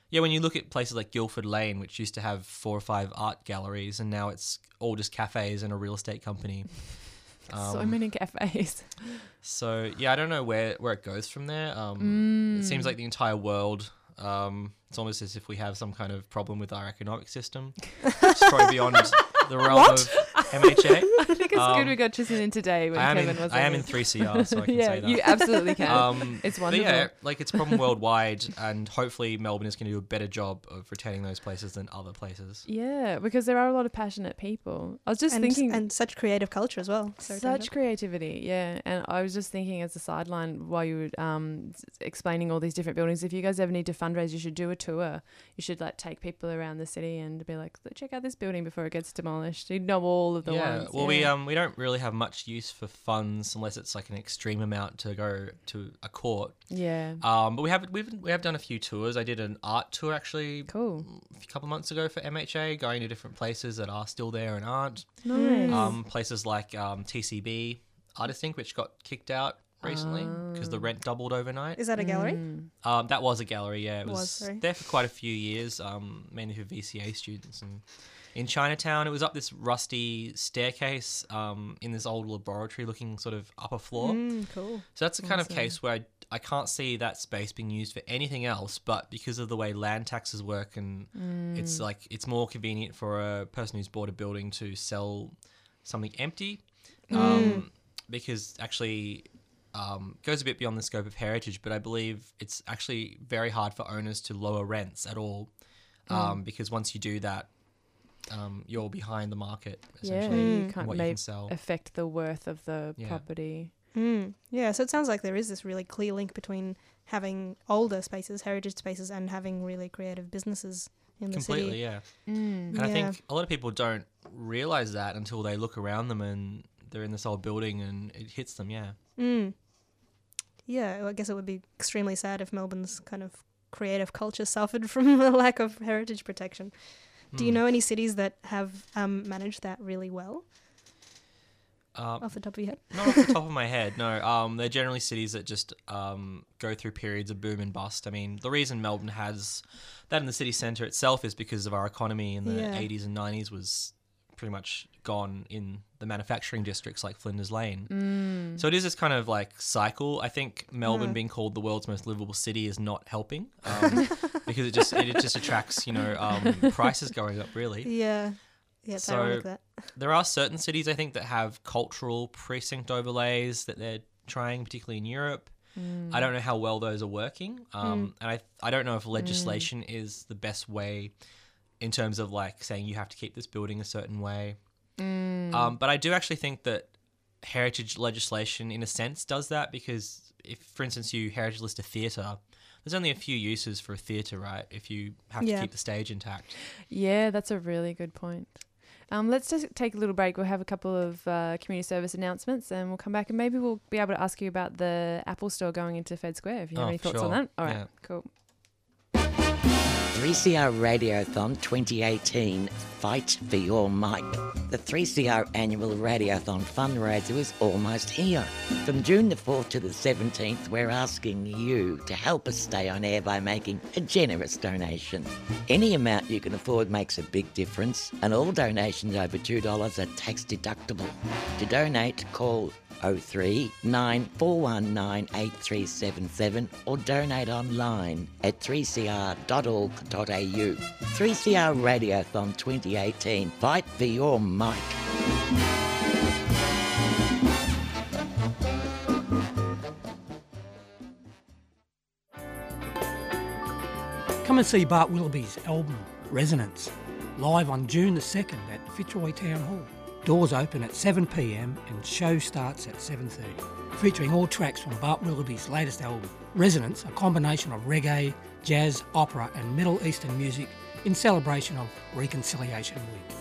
yeah, when you look at places like Guildford Lane, which used to have four or five art galleries, and now it's all just cafes and a real estate (laughs) company. Uh-huh. so Um, many cafes. So yeah, I don't know where where it goes from there. Hmm. Hmm. Um, It seems like (laughs) the entire world. Um, it's almost as if we have some kind of problem with our economic (laughs) system. it's probably beyond the realm of MHA. (laughs) I think it's Um, good we got Tristan in today when I am Kevin in was I am on. in three (laughs) CR, so I can yeah, say that. you absolutely can. (laughs) Um, It's but yeah, wonderful. like it's a (laughs) problem worldwide, and hopefully Melbourne is going to do a better job of retaining those places than other places. yeah, because there are a lot of passionate people. I was just and, thinking and such creative culture as well. So such random. creativity, yeah. And I was just thinking as a sideline while you were um, s- explaining all these different buildings, if you guys ever need to fundraise, you should do a tour. You should like take people around the city and be like, "Look, check out this building before it gets demolished. You know all of the yeah. ones. Well, we yeah. um we don't really have much use for funds unless it's like an extreme amount to go to a court. yeah, Um, but we have we've we have done a few tours. I did an art tour actually cool, a couple months ago for MHA, going to different places that are still there and aren't. Hmm. nice. Um, places like um, TCB Artist Inc., which got kicked out recently Ah. because the rent doubled overnight. Is that a gallery? Hmm. Um, that was a gallery, yeah. It Was, was, sorry. there for quite a few years, um, mainly for VCA students. And in Chinatown, it was up this rusty staircase um, in this old laboratory-looking sort of upper floor. Hmm. Mm, cool. So that's the kind of case where I, I can't see that space being used for anything else, but because of the way land taxes work, and Hmm. it's Mm. like it's more convenient for a person who's bought a building to sell something empty, Mm. um, because actually um, goes a bit beyond the scope of heritage. But I believe it's actually very hard for owners to lower rents at all, Mm. um, because once you do that, um, you're behind the market yeah, essentially. you Mm. and can't What you make can sell. affect the worth of the Yeah. property. Mm. Yeah, so it sounds like there is this really clear link between having older spaces, heritage spaces, and having really creative businesses in the Completely, city. yeah. Mm. And I Yeah. think a lot of people don't realize that until they look around them and they're in this old building and it hits them. Yeah. Mm. Yeah, well, I guess it would be extremely sad if Melbourne's kind of creative culture (laughs) suffered from a lack of heritage protection. Do you Mm. know any cities that have um, managed that really well Uh, off the top of your head? not off the top of my head, no. Um, they're generally cities that just um, go through periods of boom and bust. I mean, the reason Melbourne has that in the city centre itself is because of our economy in the Yeah. 80s and 90s was pretty much gone in the manufacturing districts like Flinders Lane. Hmm. Mm. So it is this kind of like cycle. I think Melbourne being called the world's most livable city is not helping um, because it just it just attracts you know um, prices going up really Yeah. Yeah, it's So- ironic that. there are certain cities I think that have cultural precinct overlays that they're trying, particularly in Europe. I Mm. don't know how well those are working, um, and I I don't know if legislation is the best way in terms of like saying you have to keep this building a certain way. Mm. Hmm. Um, but I do actually think that heritage legislation, in a sense, does that because if, for instance, you heritage list a theatre, there's only a few uses for a theatre, right? If you have Yeah. to keep the stage intact. Yeah, that's a really good point. Um, let's just take a little break. We'll have a couple of uh, community service announcements and we'll come back and maybe we'll be able to ask you about the Apple store going into Fed Square if you have Oh, any thoughts on sure. that. All right, Yeah. cool. 3CR Radiothon 2018 Fight for Your Mic. The 3CR annual Radiothon fundraiser is almost here. From June the 4th to the 17th, we're asking you to help us stay on air by making a generous donation. Any amount you can afford makes a big difference, and all donations over $2 are tax deductible. To donate, call 03 8419 or donate online at 3cr.org.au. 3CR Radiothon 2018. Fight for your mic. Come and see Bart Willoughby's album Resonance live on June the 2nd at Fitzroy Town Hall. Doors open at 7 pm and show starts at 7:30. Featuring all tracks from Bart Willoughby's latest album Resonance, a combination of reggae, jazz, opera and Middle Eastern music in celebration of Reconciliation Week.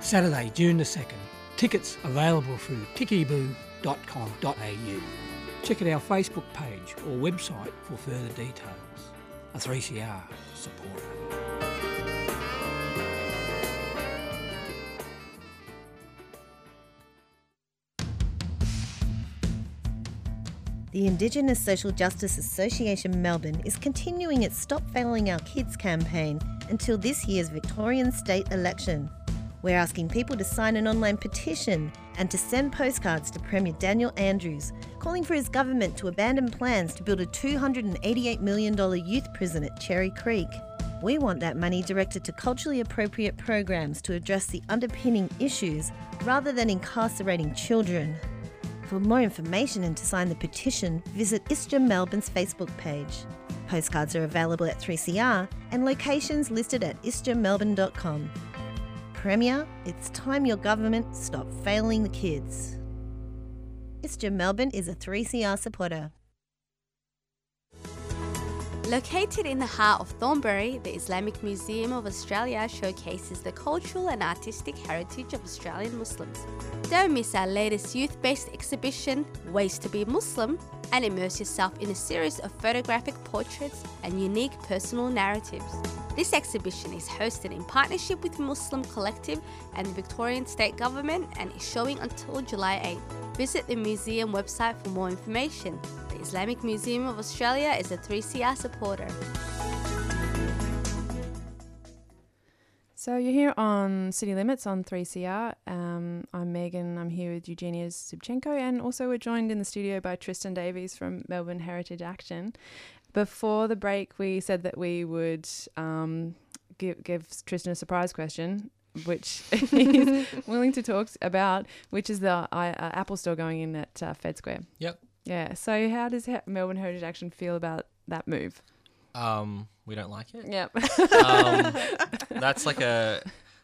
Saturday, June the 2nd. Tickets available through tickyboo.com.au. Check out our Facebook page or website for further details a 3CR supporter. The Indigenous Social Justice Association Melbourne is continuing its Stop Failing Our Kids campaign until this year's Victorian state election. We're asking people to sign an online petition and to send postcards to Premier Daniel Andrews, calling for his government to abandon plans to build a $288 million youth prison at Cherry Creek. We want that money directed to culturally appropriate programs to address the underpinning issues rather than incarcerating children. For more information and to sign the petition, visit Istra Melbourne's Facebook page. Postcards are available at 3CR and locations listed at istramelbourne.com. Premier, it's time your government stopped failing the kids. Istra Melbourne is a 3CR supporter. Located in the heart of Thornbury, the Islamic Museum of Australia showcases the cultural and artistic heritage of Australian Muslims. Don't miss our latest youth based exhibition, Ways to Be Muslim, and immerse yourself in a series of photographic portraits and unique personal narratives. This exhibition is hosted in partnership with Muslim Collective and the Victorian State Government and is showing until July 8. Visit the museum website for more information. The Islamic Museum of Australia is a 3CR supporter. So you're here on City Limits on 3CR. Um, I'm Megan. I'm here with Eugenia Zubchenko, and also we're joined in the studio by Tristan Davies from Melbourne Heritage Action. Before the break, we said that we would um, give, give Tristan a surprise question, which (laughs) he's willing to talk about, which is the uh, uh, Apple store going in at uh, Fed Square. Yep. Yeah. So how does he- Melbourne Heritage Action feel about that move? Um, we don't like it. Yep. um, that's like a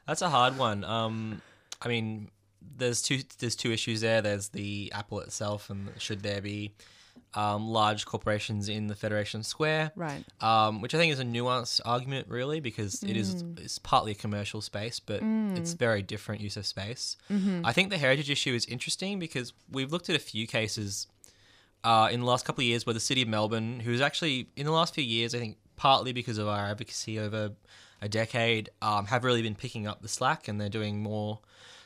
that's a hard one. Um, I mean, there's two there's two issues there. There's the Apple itself, and should there be um, large corporations in the Federation Square? right. Um, which I think is a nuanced argument, really, because it is it's partly a commercial space, but it's very different use of space. I think the heritage issue is interesting because we've looked at a few cases uh, in the last couple of years where the city of Melbourne, who's actually in the last few years, I think partly because of our advocacy over a decade, um, have really been picking up the slack and they're doing more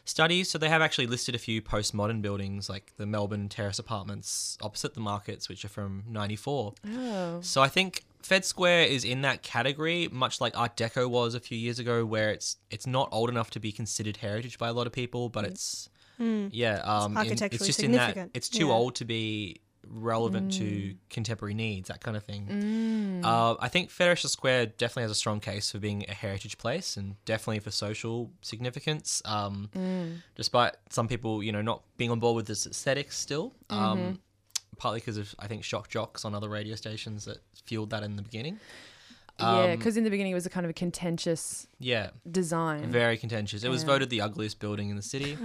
studies. So they have actually listed a few postmodern buildings like the Melbourne Terrace Apartments opposite the markets, which are from 94. (laughs) Oh. So I think Fed Square is in that category, much like Art Deco was a few years ago, where it's it's not old enough to be considered heritage by a lot of people, but it's yeah, um, in- Mm. Hmm. architecturally it's just in that significant, it's too yeah. Mm. old to be relevant to contemporary needs, that kind of Hmm. thing. Mm. Uh, I think Federation Square definitely has a strong case for being a heritage place and definitely for social significance. Um, Mm. Despite some people, you know, not being on board with this aesthetic still. Um, Mm-hmm. partly because of I think shock jocks on other radio stations that fueled that in the beginning. yeah, Um, because in the beginning it was a kind of a contentious Yeah. design. Very contentious. It was Yeah. voted the ugliest building in the (laughs) city,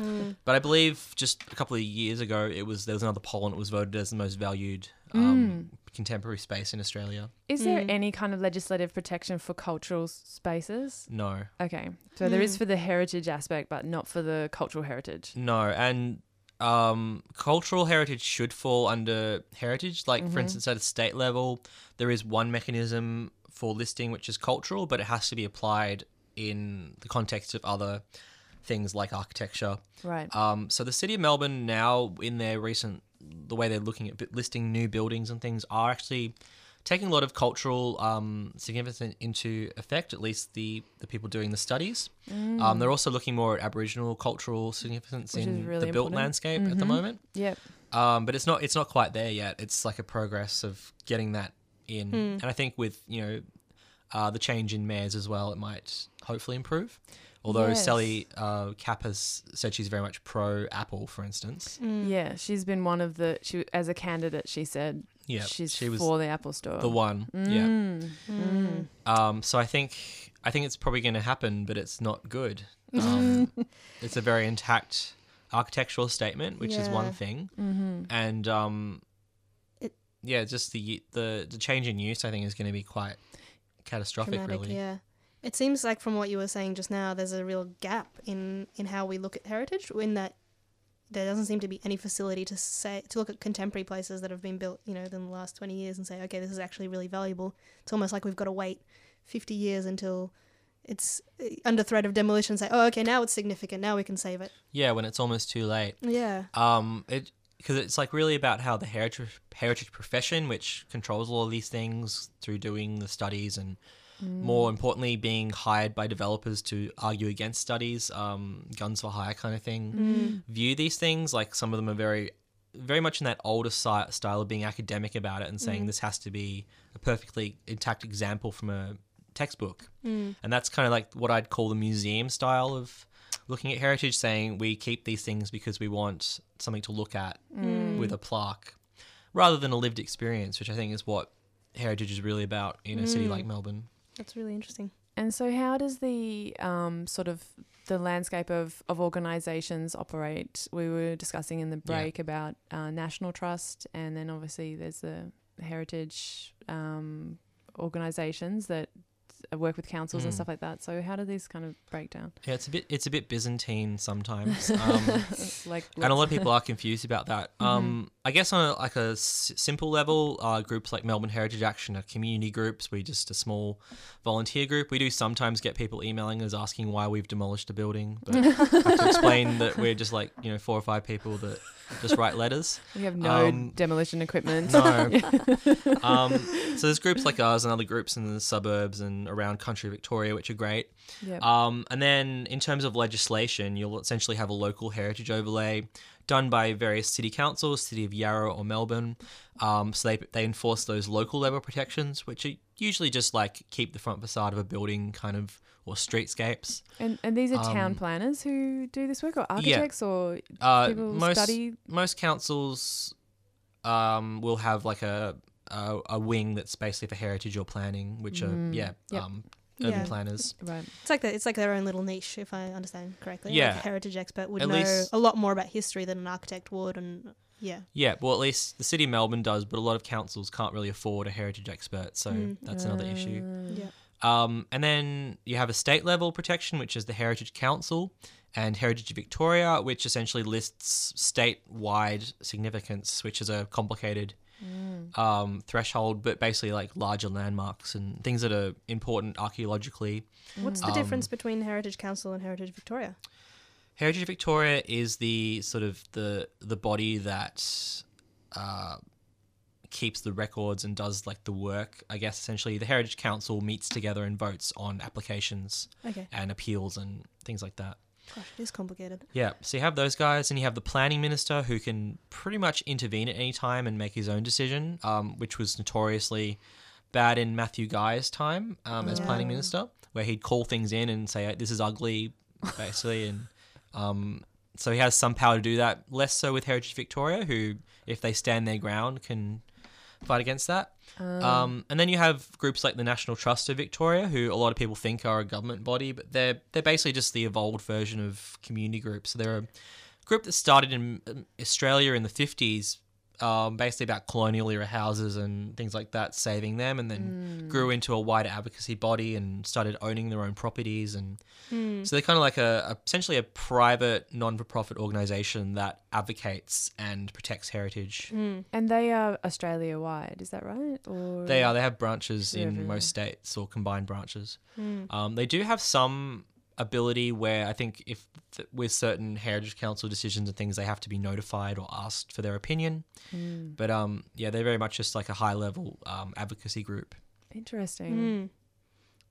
but I believe just a couple of years ago, it was there was another poll and it was voted as the most valued um, Mm. contemporary space in Australia. Is there any kind of legislative protection for cultural s- spaces? No, Okay, so there is for the heritage aspect, but not for the cultural heritage. no, and um, cultural heritage should fall under heritage. Like for instance, at a state level, there is one mechanism for listing which is cultural, but it has to be applied in the context of other things like architecture. Right. Um, so the city of Melbourne now, in their recent, the way they're looking at bi- listing new buildings and things, are actually taking a lot of cultural um, significance into effect. At least the the people doing the studies. Uh, mm, Um, they're also looking more at Aboriginal cultural significance Which is in really the built important. Mm-hmm. landscape at the moment. Yep. Um, but it's not it's not quite there yet. It's like a progress of getting that Hmm. in, and I think with you know uh, the change in mayors as well, it might hopefully improve. Although Yes. Sally uh, Cap has said she's very much pro Apple, for instance. Mm. Yeah, she's been one of the she as a candidate. She said Yeah, she's she was for the Apple Store. the one. Mm. Mm. Yeah. Um, so I think I think it's probably going to happen, but it's not good. Mm. Mm. Um, it's a very intact architectural statement, which is Yeah. one thing, Mhm. and um, It- yeah, just the y- the the change in use I think is going to be quite catastrophic, Dramatic, really. yeah. It seems like from what you were saying just now, there's a real gap in in how we look at heritage. In that there doesn't seem to be any facility to say to look at contemporary places that have been built, you know, in the last twenty years and say, okay, this is actually really valuable. It's almost like we've got to wait fifty years until it's uh, under threat of demolition. Say, oh, okay, now it's significant. Now we can save it. Yeah, when it's almost too late. Yeah. Um, it because it's like really about how the heritage heritage profession, which controls all of these things through doing the studies and Mm. more importantly, being hired by developers to argue against studies, um, guns for hire kind of Mm. thing, view these things like some of them are very. Very much in that older si- style of being academic about it and saying this has to be a perfectly intact example from a textbook. Mm. And that's kind of like what I'd call the museum style of looking at heritage, saying we keep these things because we want something to look at Mm. with a plaque rather than a lived experience, which I think is what heritage is really about in a city like Melbourne. That's really interesting. And so, how does the um, sort of the landscape of, of organisations operate? We were discussing in the break about uh, national trust, and then obviously there's the heritage um, organisations that work with councils and Mm. stuff like that. So, how do these kind of break down? Yeah, it's a bit it's a bit Byzantine sometimes. Um, (laughs) like, and a lot of people are confused about that. Um, I guess on a, like a s- simple level, uh, groups like Melbourne Heritage Action are community groups. We just a small volunteer group. We do sometimes get people emailing us asking why we've demolished a building, but I have to explain that we're just like you know four or five people that just write letters. we have no um, demolition equipment. (laughs) No. um, so there's groups like ours and other groups in the suburbs and around country Victoria, which are great. Yep. Um, and then in terms of legislation, you'll essentially have a local heritage overlay done by various city councils, city of Yarra or Melbourne. Um, so they, they enforce those local level protections, which are usually just like keep the front facade of a building kind of or streetscapes. and, and these are town um, planners who do this work, or architects, or Uh, people most study. most councils um, will have like a, a a wing that's basically for heritage or planning, which are yeah Mm. Yep. um, urban Yeah. planners. Right. It's like the, it's like their own little niche, if I understand correctly. Yeah. Like a heritage expert would At know least- a lot more about history than an architect would, and yeah. Yeah, well, at least the city of Melbourne does, but a lot of councils can't really afford a heritage expert, so that's another issue. Mm. Yeah. Um, and then you have a state level protection, which is the Heritage Council and Heritage Victoria, which essentially lists statewide significance, which is a complicated um, threshold, but basically like larger landmarks and things that are important archaeologically. Mm. What's Um, the difference between Heritage Council and Heritage Victoria? Heritage Victoria is the sort of the the body that uh, keeps the records and does like the work. I guess essentially the Heritage Council meets together and votes on applications Okay, and appeals and things like that. gosh, it is complicated. Yeah, so you have those guys, and you have the planning minister who can pretty much intervene at any time and make his own decision, um, which was notoriously bad in Matthew Guy's time um, as planning minister, where he'd call things in and say, "This is ugly," basically, and um, so he has some power to do that. Less so with Heritage Victoria, who, if they stand their ground, can fight against that. Um, and then you have groups like the National Trust of Victoria, who a lot of people think are a government body, but they're they're basically just the evolved version of community groups. So they're a group that started in um, Australia in the fifties, um, basically about colonial era houses and things like that, saving them, and Mm. then grew into a wider advocacy body and started owning their own properties. And Mm. so they're kind of like a, a- essentially a private non-for-profit organization that advocates and protects heritage. And they are Australia wide, is that right? Or They are. They have branches in Everywhere. most states or combined branches. Mm. Um, they do have some ability where I think if th- with certain heritage council decisions and things, they have to be notified or asked for their opinion. Hmm, But um, yeah, they're very much just like a high level um, advocacy group. Hmm. interesting. Mm.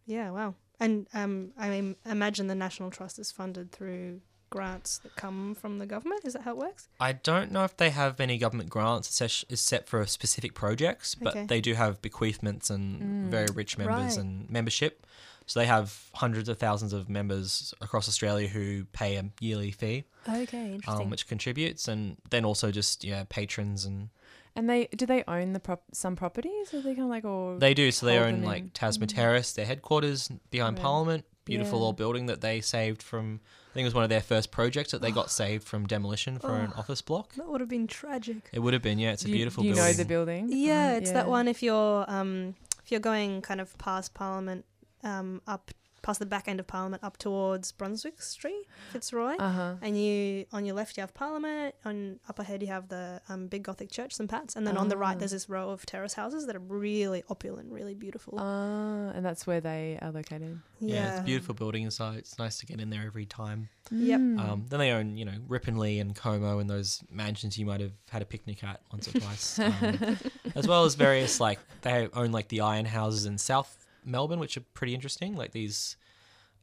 Yeah, wow. And um, I mean, imagine the National Trust is funded through grants that come from the government. Is that how it works? I don't know if they have any government grants except- except for specific projects, but Okay. they do have bequeathments and very rich members right. and membership. So they have hundreds of thousands of members across Australia who pay a yearly fee. Okay, interesting. um, which contributes, and then also just yeah patrons and And they do they own the prop some properties? Are they kind of like or they do. So they Hold own them like in. Tasman Terrace, their headquarters behind Mm. Right. Parliament, beautiful Yeah. old building that they saved from. I think it was one of their first projects that they got saved from demolition for an office block. that would have been tragic. It would have been yeah, it's a you, beautiful you building. know the building? Um, Uh-huh, Yeah, Right, it's that one. If you're um, if you're going kind of past Parliament, um, up past the back end of Parliament, up towards Brunswick Street, Fitzroy, Uh, Uh-huh. and you on your left you have Parliament, on up ahead you have the um, big Gothic church, St Pat's, and then on the right Ah. there's this row of terrace houses that are really opulent, really beautiful. Ah, and that's where they are located. yeah. it's a beautiful building inside. It's nice to get in there every time. Yep. Hmm. Mm. (laughs) Um, then they own you know Ripponlea and Como and those mansions you might have had a picnic at once or (laughs) twice, um, as well as various like they own like the iron houses in South Melbourne, which are pretty interesting. Like these,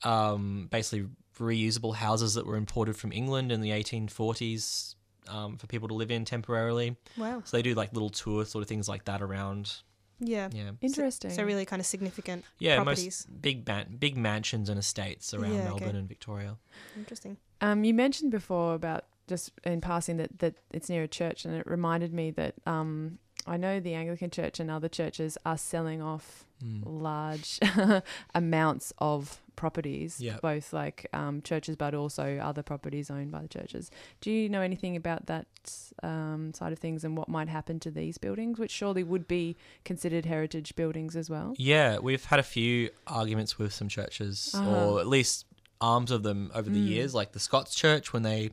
um, basically reusable houses that were imported from England in the 1840s um, for people to live in temporarily. Wow. So they do like little tour sort of things like that around. Yeah. Yeah, Interesting. (laughs) So really kind of significant yeah, properties. most big ban- big mansions and estates around Yeah, okay. Melbourne and Victoria. Interesting. Um, you mentioned before about just in passing that, that it's near a church, and it reminded me that um, I know the Anglican Church and other churches are selling off Hmm. large (laughs) amounts of properties, Yeah. both like um, churches but also other properties owned by the churches. Do you know anything about that um, side of things and what might happen to these buildings, which surely would be considered heritage buildings as well? Yeah, we've had a few arguments with some churches, Uh-huh. or at least arms of them over Hmm. the years, like the Scots Church when they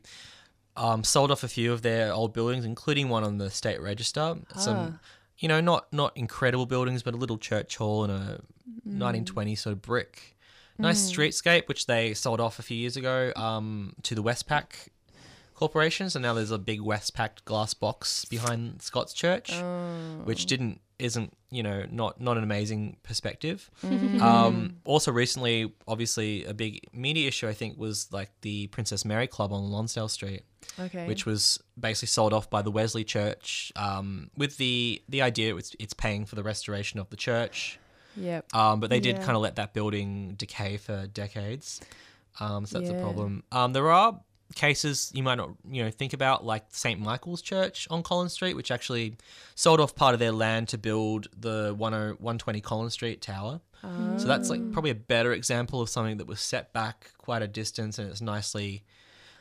um, sold off a few of their old buildings, including one on the state register. Some, you know, not not incredible buildings, but a little church hall and a 1920 sort of brick, nice streetscape, which they sold off a few years ago um, to the Westpac corporation. So now there's a big Westpac glass box behind Scott's Church, which didn't isn't you know not not an amazing perspective. um, also recently, obviously, a big media issue I think was like the Princess Mary Club on Lonsdale Street, Okay. which was basically sold off by the Wesley Church um, with the the idea it's it's paying for the restoration of the church. Yep. Um, but they did Yeah. kind of let that building decay for decades. Um, so that's Yeah. a problem. Um, there are cases you might not you know think about like St Michael's Church on Collins Street, which actually sold off part of their land to build the 10- 120 Collins Street Tower. Ah. So that's like probably a better example of something that was set back quite a distance and it's nicely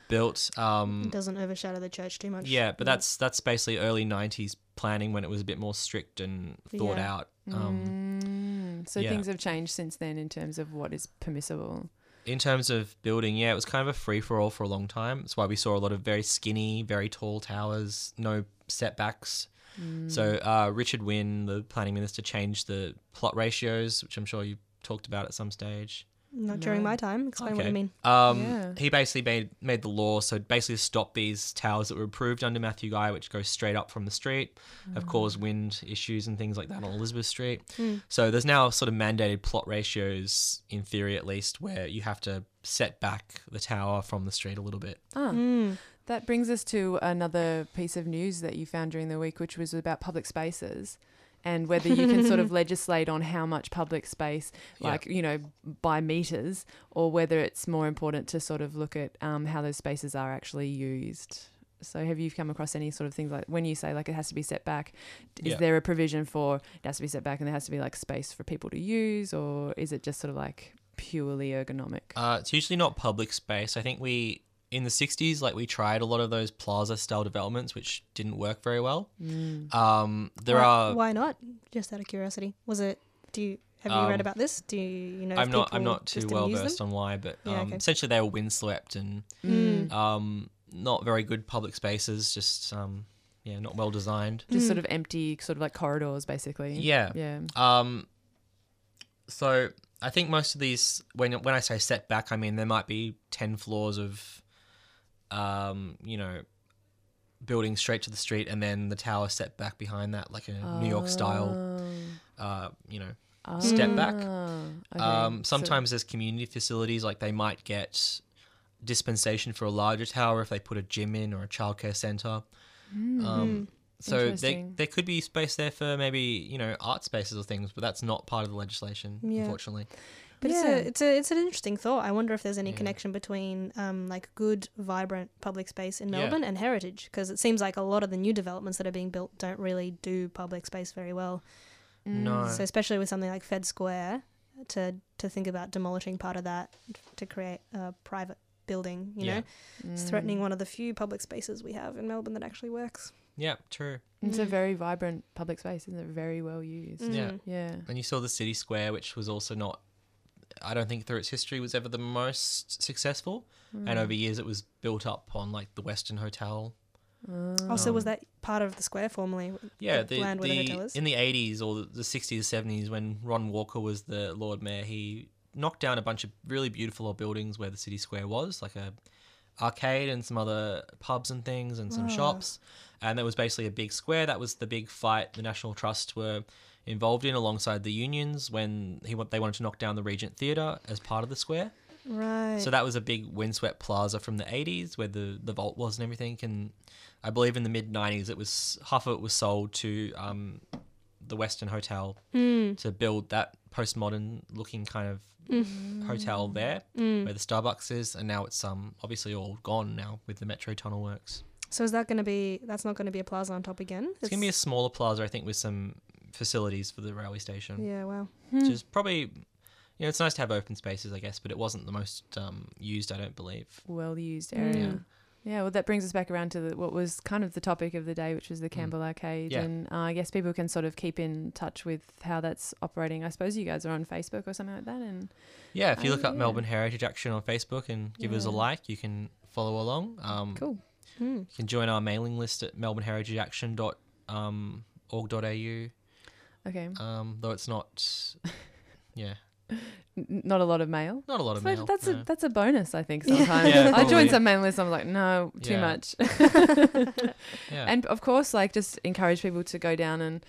built. Um, It doesn't overshadow the church too much. yeah, but that's that's basically early '90s planning when it was a bit more strict and thought Yeah. out. Um, Mm, so yeah. things have changed since then in terms of what is permissible. in terms of building, yeah, it was kind of a free for all for a long time. That's why we saw a lot of very skinny, very tall towers, no setbacks. Mm. So uh, Richard Wynne, the planning minister, changed the plot ratios, which I'm sure you talked about at some stage. Not during my time. Explain what I mean. Um, Yeah. He basically made made the law so basically stop these towers that were approved under Matthew Guy, which go straight up from the street, have caused wind issues and things like that on Elizabeth Street. So there's now sort of mandated plot ratios, in theory at least, where you have to set back the tower from the street a little bit. Hmm. Ah, that brings us to another piece of news that you found during the week, which was about public spaces and whether you can (laughs) sort of legislate on how much public space, Yeah. like, you know, by meters, or whether it's more important to sort of look at um, how those spaces are actually used. So have you come across any sort of things like when you say like it has to be set back, d- is Yeah. there a provision for it has to be set back and there has to be like space for people to use or is it just sort of like purely ergonomic? Uh, it's usually not public space. I think we in the '60s, like we tried a lot of those plaza-style developments, which didn't work very well. Um, there why, are. Why not? Just out of curiosity, was it? Do you have you Um, read about this? Do you, you know? if I'm not. I'm people not too just didn't well use versed them? on why, but um, Yeah, okay. essentially they were windswept and Mm. um, not very good public spaces. Just um, yeah, not well designed. Just sort of empty sort of like corridors basically. Yeah. Yeah. Um, so I think most of these, when when I say setback, I mean there might be ten floors of, um, you know, building straight to the street, and then the tower set back behind that, like a New York style, uh, you know, step back. Oh. Ah, okay. Um, So- sometimes there's community facilities, like they might get dispensation for a larger tower if they put a gym in or a childcare center. Mm-hmm. Mm-hmm. Um, so there, Interesting. there could be space there for maybe you know art spaces or things, but that's not part of the legislation, Yeah. unfortunately. But Yeah. it's a, it's a, it's an interesting thought. I wonder if there's any connection between um, like good, vibrant public space in Yeah. Melbourne and heritage, because it seems like a lot of the new developments that are being built don't really do public space very well. Mm-hmm. No. So especially with something like Fed Square, to to think about demolishing part of that to create a private building, you Yeah. Mm. know, Mm. it's threatening one of the few public spaces we have in Melbourne that actually works. yeah, true. It's Mm. a very vibrant public space, isn't it? Very well used. Yeah. Yeah. And you saw the city square, which was also not. I don't think through its history was ever the most successful, and over years it was built up on like the Western Hotel. Also, Ah. was Um, that part of the square formerly? Yeah, the the, land where the the- hotel is? in the eighties or the- the sixties, seventies, when Ron Walker was the Lord Mayor, he knocked down a bunch of really beautiful old buildings where the city square was, like a arcade and some other pubs and things and some shops. And there was basically a big square. That was the big fight the National Trust were involved in alongside the unions when he wa- they wanted to knock down the Regent Theatre as part of the square. Right. So that was a big windswept plaza from the 80s where the, the vault was and everything. And I believe in the mid 90s, it was half of it was sold to um, the Western Hotel to build that postmodern looking kind of hotel there where the Starbucks is. And now it's um, obviously all gone now with the Metro Tunnel works. so is that going to be? That's not going to be a plaza on top again. It's going to be a smaller plaza, I think, with some facilities for the railway station, yeah. Wow. which is probably, you know, it's nice to have open spaces, I guess, but it wasn't the most um, used, I don't believe. Well used area. Mm. Yeah. well, that brings us back around to the, what was kind of the topic of the day, which was the Campbell Arcade. Mm. Yeah. And uh, I guess people can sort of keep in touch with how that's operating. I suppose you guys are on Facebook or something like that. And Yeah, if you Oh, look up yeah. Melbourne Heritage Action on Facebook and give us a Yeah. like, you can follow along. Um, cool. Hmm. You can join our mailing list at melbourneheritageaction.org.au, um, org.au, Okay. um, though (laughs) it's not, yeah, N- not a lot of mail. not a lot of So mail. that's no. a that's a bonus, I think. Sometimes Yeah, I probably. joined some mailing lists. I'm like, no, too Yeah. much. (laughs) (laughs) yeah. and of course like just encourage people to go down and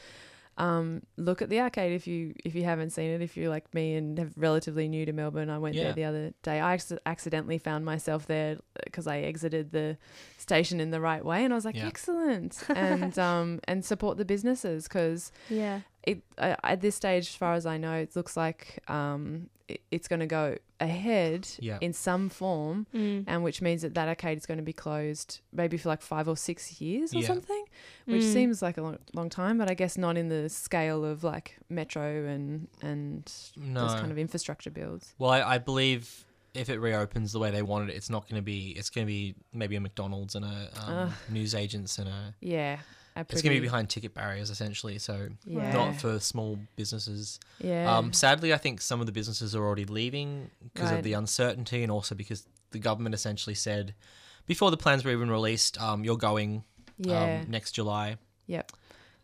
um, look at the arcade if you if you haven't seen it if you're like me and have relatively new to Melbourne I went Yeah. there the other day I acc- accidentally found myself there because I exited the station in the right way and I was like Yeah. excellent (laughs) and um, and support the businesses because Yeah. it uh, at this stage, as far as I know, it looks like um, it, it's going to go ahead Yeah. in some form, Hmm. and which means that that arcade is going to be closed maybe for like five or six years or Yeah. something, which Hmm. Mm. seems like a long, long time, but I guess not in the scale of like metro and and No. those kind of infrastructure builds. well, I, I believe if it reopens the way they wanted it, it's not going to be, it's going to be maybe a McDonald's and a um, newsagents and a, Yeah, a it's going to pretty- be behind ticket barriers essentially, so Yeah. not for small businesses. Yeah. Um, sadly, I think some of the businesses are already leaving because Right. of the uncertainty and also because the government essentially said before the plans were even released, um, you're going Yeah. um, next July. Yep.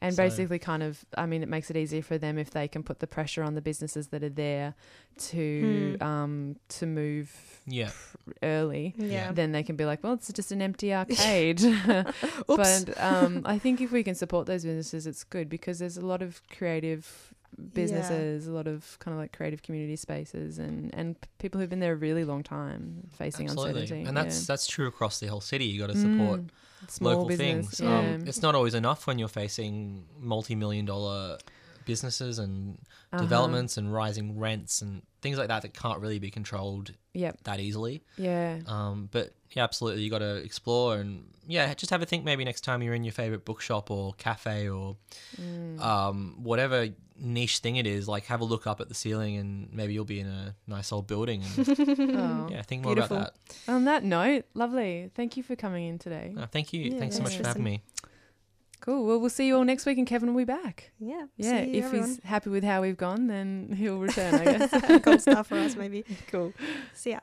And So- basically, kind of, I mean, it makes it easier for them if they can put the pressure on the businesses that are there to um, to move Yeah. early. Yeah. Then they can be like, well, it's just an empty arcade. (laughs) (laughs) But um, I think if we can support those businesses, it's good because there's a lot of creative businesses, a lot of kind of like creative community spaces, and and p- people who've been there a really long time facing uncertainty. And that's that's true across the whole city. You got to yeah. support Mm. Small local business, things. Yeah. Um, it's not always enough when you're facing multi-million dollar businesses and Uh-huh. developments and rising rents and things like that that can't really be controlled Yep. that easily. Yeah. Um, but yeah, absolutely, you got to explore and yeah, just have a think. Maybe next time you're in your favorite bookshop or cafe or Mm. um, whatever niche thing it is, like have a look up at the ceiling and maybe you'll be in a nice old building. (laughs) And, Oh. yeah, think more Beautiful. about On that note, lovely. Thank you for coming in today. that. Uh, thank you. Yeah, Thanks so thanks much for for having some- me. Cool. Well, we'll see you all next week, and Kevin will be back. Yeah. Yeah. see you, if everyone. (laughs) (laughs) he's happy with how we've gone, then he'll return, I guess. Gold star for us, maybe. cool. See ya.